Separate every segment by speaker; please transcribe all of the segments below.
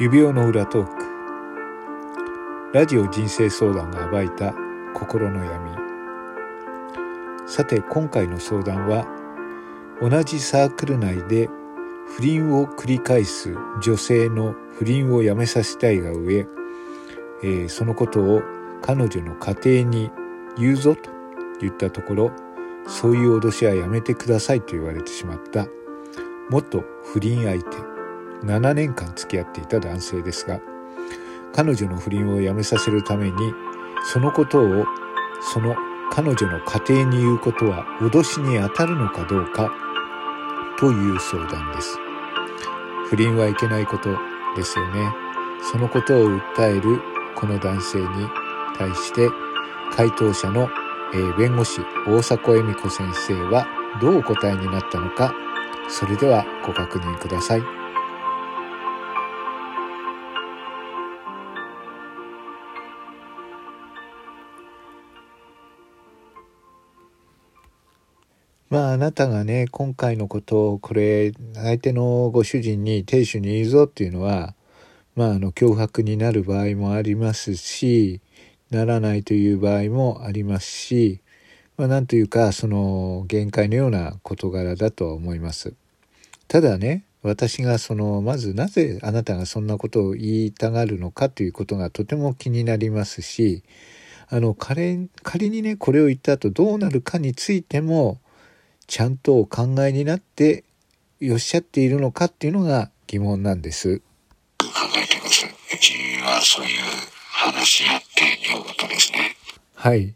Speaker 1: 指輪の裏トークラジオ人生相談が暴いた心の闇さて今回の相談は同じサークル内で不倫を繰り返す女性の不倫をやめさせたいが上、えーそのことを彼女の家庭に言うぞと言ったところそういう脅しはやめてくださいと言われてしまった元不倫相手7年間付き合っていた男性ですが彼女の不倫をやめさせるためにそのことをその彼女の家庭に言うことは脅しに当たるのかどうかという相談です不倫はいけないことですよねそのことを訴えるこの男性に対して回答者の、えー弁護士大迫恵美子先生はどうお答えになったのかそれではご確認くださいまああなたがね今回のことをこれ相手のご主人に亭主に言うぞっていうのはまああの脅迫になる場合もありますしならないという場合もありますしまあなんというかその限界のような事柄だとは思います。ただね私がそのまずなぜあなたがそんなことを言いたがるのかということがとても気になりますしあの仮仮にねこれを言った後どうなるかについてもちゃんとお考えになっておっしゃっているのかっていうのが疑問なんです。
Speaker 2: 考えています。うちはそういう話し合ってよかったですね。
Speaker 1: はい。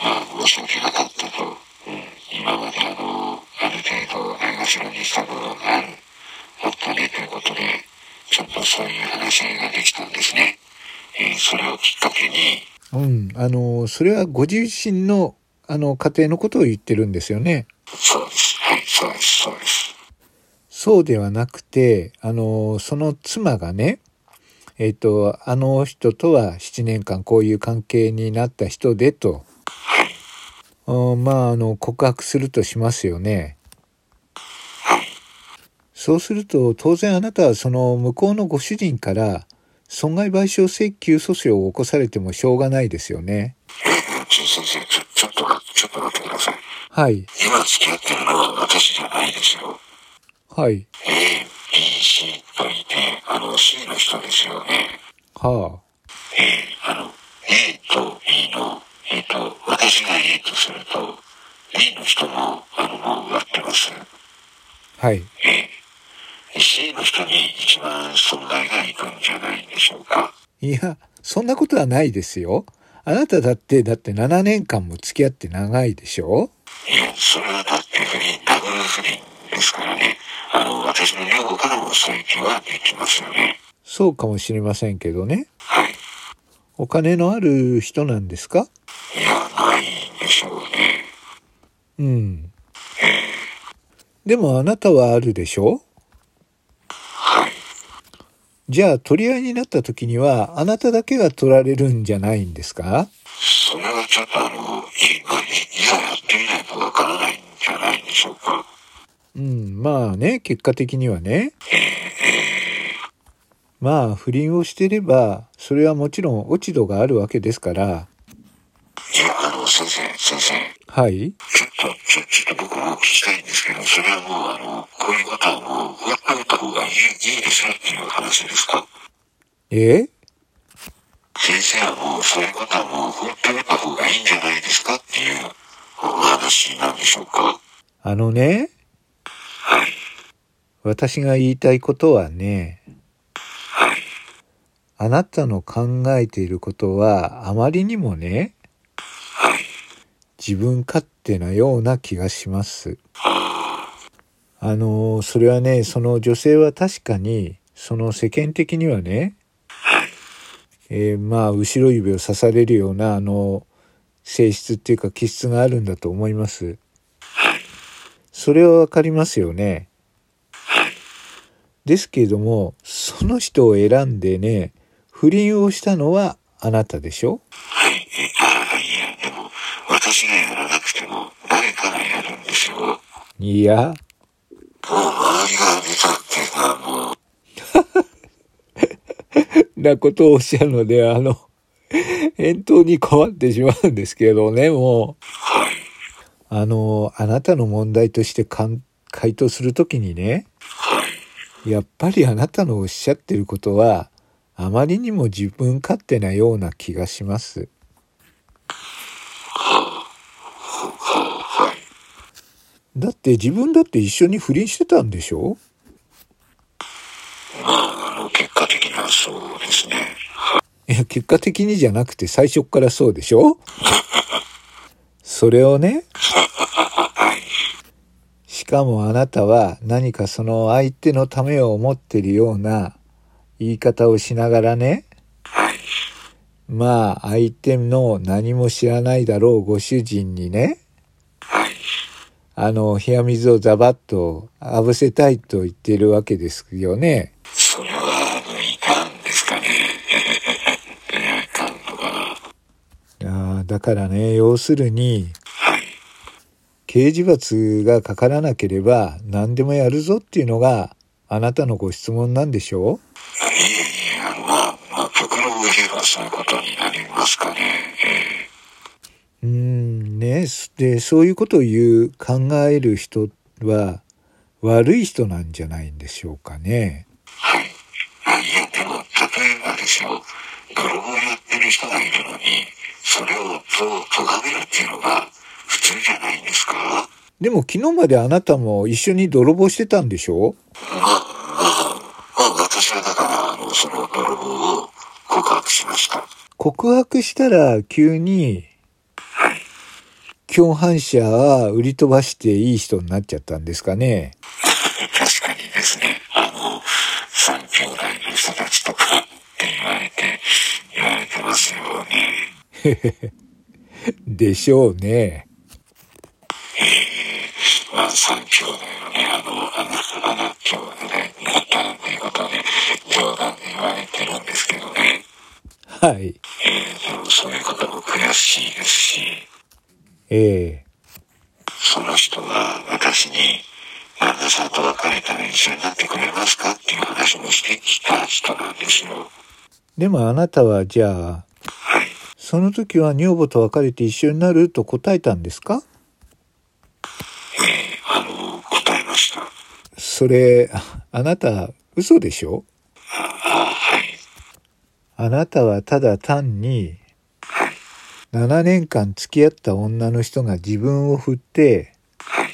Speaker 2: まあ、申し訳なかったと。うん、今まであの、ある程度ないがしろにした部分がある。あったねということで、ちょっとそういう話し合いができたんですね。えーそれをきっかけに、
Speaker 1: うん。あの、それはご自身の、あの、家庭のことを言ってるんですよね。
Speaker 2: そうです。はい、そうです、そうです。
Speaker 1: そうではなくて、あの、その妻がね、えっ、と、あの人とは7年間こういう関係になった人でと、
Speaker 2: はい、
Speaker 1: うんまあ、あの、告白するとしますよね。そうすると、当然あなたはその向こうのご主人から損害賠償請求訴訟を起こされてもしょうがないですよね。
Speaker 2: うんちょ先生、ちょ、ちょっと待って、ちょっと待ってください。
Speaker 1: はい、
Speaker 2: 今付き合ってるのは私じゃないですよ。
Speaker 1: はい、
Speaker 2: A、B、C といて、あの C の人ですよね。
Speaker 1: は
Speaker 2: えーあの、A と B の、えっ、と、私が A とすると、B の人も、あの、もう終わってます。
Speaker 1: あ、はい。
Speaker 2: えー C の人に一番損害がいくんじゃないでしょうか。
Speaker 1: いや、そんなことはないですよ。あなただって、だって7年間も付き合って長いでしょ
Speaker 2: いや、それはだって不倫、ダブル不倫ですからね。あの、私の女房からもそういう気はできますよね。
Speaker 1: そうかもしれませんけどね。
Speaker 2: はい。
Speaker 1: お金のある人なんですか
Speaker 2: いや、ないんでしょうね。
Speaker 1: うん。でもあなたはあるでしょ
Speaker 2: はい。
Speaker 1: じゃあ取り合いになった時にはあなただけが取られるんじゃないんですか
Speaker 2: それはちょっとあの、いまあいいざやってみないとわからないんじゃないでしょうか。
Speaker 1: うんまあね結果的にはねまあ不倫をしてればそれはもちろん落ち度があるわけですから
Speaker 2: いや、あの、先生、先生、
Speaker 1: はい
Speaker 2: ちょっと、ちょ、ちょっと僕もお聞きしたいんですけど、それはもう、あの、こういうことはもう、やっておいた方がいい、いいですよっていう話ですか
Speaker 1: え
Speaker 2: 先生はもう、そういうことはもう、放っておいた方がいいんじゃないですかっていうお話なんでしょうか
Speaker 1: あのね
Speaker 2: はい、
Speaker 1: 私が言いたいことはね
Speaker 2: はい、
Speaker 1: あなたの考えていることはあまりにもね
Speaker 2: はい。
Speaker 1: 自分勝手なような気がします。あのそれはねその女性は確かにその世間的にはね、えーまあ後ろ指を刺されるようなあの性質っていうか気質があるんだと思います。それはわかりますよね。ですけれどもその人を選んでね不倫をしたのはあなたでしょ
Speaker 2: はい、え、ああ、いや、でも、私がやらなくても、誰かがやるんですよ。もう、
Speaker 1: いや
Speaker 2: 周りが見たっていうか、もう、
Speaker 1: なことをおっしゃるので、あの、返答に変わってしまうんですけどね、もう。
Speaker 2: はい。
Speaker 1: あの、あなたの問題としてかん回答するときにね、
Speaker 2: はい。
Speaker 1: やっぱりあなたのおっしゃってることは、あまりにも自分勝手なような気がします。
Speaker 2: は、はい。
Speaker 1: だって自分だって一緒に不倫してたんでしょ
Speaker 2: まあ、あの、結果的にはそうですね。
Speaker 1: いや、結果的にじゃなくて最初っからそうでしょそれをね、しかもあなたは何かその相手のためを思ってるような言い方をしながらね、
Speaker 2: はい。
Speaker 1: まあ相手の何も知らないだろうご主人にね、
Speaker 2: はい。
Speaker 1: あの、冷や水をザバッとあぶせたいと言ってるわけですよね。
Speaker 2: それは、あの、いかんですかね。いや、いかんのかな。
Speaker 1: ああだからね、要するに、
Speaker 2: はい。
Speaker 1: 刑事罰がかからなければ何でもやるぞっていうのがあなたのご質問なんでしょ
Speaker 2: あいえいえ、あの、まあ、まあ、極論を言えばそういうことになりますかね。え
Speaker 1: ううーんねすでそういうことを言う考える人は悪い人なんじゃないんでしょうかね。
Speaker 2: はい。あいや、でも、例えばですよ、泥棒やってる人がいるのに、それをどう咎めるっていうのが普通じゃないんですかま
Speaker 1: でも昨日まであなたも一緒に泥棒してたんでしょ
Speaker 2: あ、まあ、まあ、私はだから、あの、その泥棒を告白しました。
Speaker 1: 告白したら急に
Speaker 2: はい。
Speaker 1: 共犯者は売り飛ばしていい人になっちゃったんですかね。
Speaker 2: 確かにですね、あの、三兄弟の人たちとかって言われて、言われてますよね。
Speaker 1: でしょうね。
Speaker 2: まあ、三兄弟のね、あの、あの、あの兄弟だったっていうことで、冗談で言われてるんですけどね。
Speaker 1: はい。
Speaker 2: えー、でもそういうことも悔しいですし、
Speaker 1: ええ
Speaker 2: その人は私に、旦那さんと別れたら一緒になってくれますかっていう話もしてきた人なんですよ。
Speaker 1: でもあなたはじゃあ、
Speaker 2: はい。
Speaker 1: その時は女房と別れて一緒になると答えたんですか
Speaker 2: えー、あの、答えました。あ
Speaker 1: それ、ああなた、嘘でしょ
Speaker 2: あ、はい。
Speaker 1: あなたはただ単に、
Speaker 2: はい。
Speaker 1: 7年間付き合った女の人が自分を振って、
Speaker 2: はい。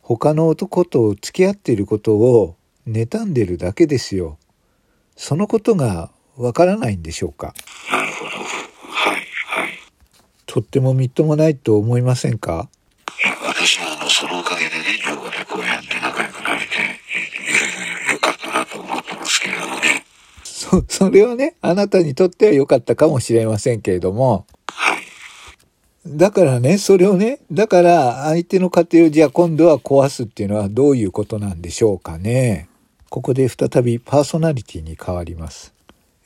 Speaker 1: 他の男と付き合っていることを妬んでるだけですよ。そのことがわからないんでしょうか
Speaker 2: なるほど。はい。はい。
Speaker 1: とってもみっともないと思いませんか
Speaker 2: いや、私はあの、そのおかげでね、女房でこうやって仲良くなれて、えーよかったなと思ってますけれどもね。
Speaker 1: そ、 それはね、あなたにとっては良かったかもしれませんけれども、
Speaker 2: はい。
Speaker 1: だからね、それをね、だから相手の家庭をじゃあ今度は壊すっていうのはどういうことなんでしょうかね。ここで再びパーソナリティに変わります。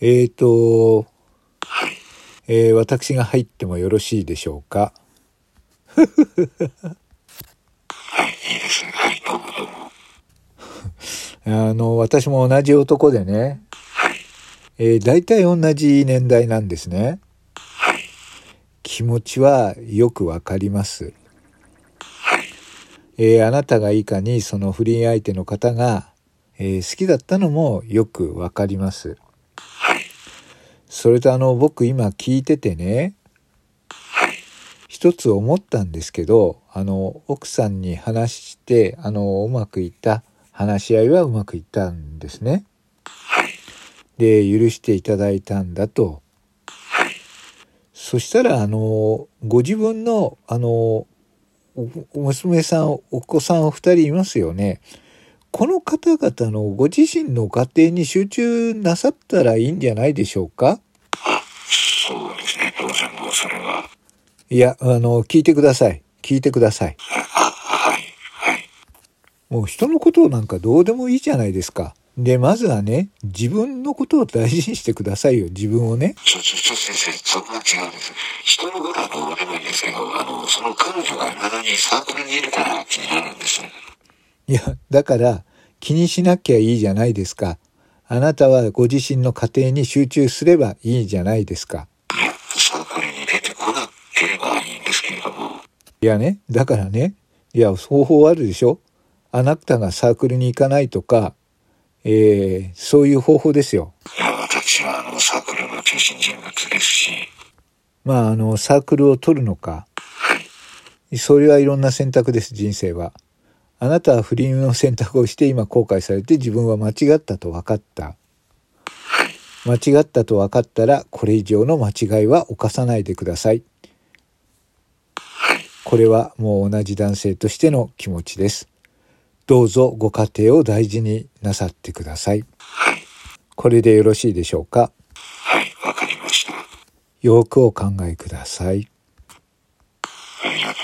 Speaker 1: えーと、
Speaker 2: はい。
Speaker 1: えー私が入ってもよろしいでしょうか。
Speaker 2: はい、いいです。はい、どうもどうも。
Speaker 1: あの、私も同じ男でね、
Speaker 2: はい。
Speaker 1: えー、大体同じ年代なんですね。
Speaker 2: はい。
Speaker 1: 気持ちはよくわかります。
Speaker 2: はい。
Speaker 1: えーあなたがいかにその不倫相手の方が、えー好きだったのもよくわかります。
Speaker 2: はい。
Speaker 1: それとあの僕今聞いててね
Speaker 2: はい。
Speaker 1: 一つ思ったんですけどあの奥さんに話してあのうまくいった話し合いはうまくいったんですね。
Speaker 2: はい。
Speaker 1: で許していただいたんだと。そしたらあのご自分のあのおお娘さんお子さんお二人いますよね。この方々のご自身の家庭に集中なさったらいいんじゃないでしょうか
Speaker 2: あ、そうですね。当然もうそれは。
Speaker 1: いや、あの、聞いてください。聞いてください。
Speaker 2: あ、はい。はい。
Speaker 1: もう人のことなんかどうでもいいじゃないですか。で、まずはね、自分のことを大事にしてくださいよ、自分をね。
Speaker 2: ちょ、ちょ、ちょ、先生、そこは違うんです。人のことはどうでもいいんですけど、あの、その彼女が未だにサークルにいるから気になるんです。
Speaker 1: いや、だから、気にしなきゃいいじゃないですか。あなたはご自身の家庭に集中すればいいじゃないですか。
Speaker 2: いや、サークルに出てこなければいいんですけれども、
Speaker 1: いやね、だからね、いや、方法あるでしょあなたがサークルに行かないとか、えー、そういう方法ですよ。
Speaker 2: いや、私はあの、サークルの中心人物ですし、
Speaker 1: まあ、あの、サークルを取るのか、
Speaker 2: はい。
Speaker 1: それはいろんな選択です、人生は。あなたは不倫の選択をして今後悔されて自分は間違ったと分かった。
Speaker 2: はい。
Speaker 1: 間違ったと分かったらこれ以上の間違いは犯さないでください。
Speaker 2: はい。
Speaker 1: これはもう同じ男性としての気持ちです。どうぞご家庭を大事になさってください。
Speaker 2: はい。
Speaker 1: これでよろしいでしょうか。
Speaker 2: はい。わかりました。
Speaker 1: よくお考えください。
Speaker 2: ありがとう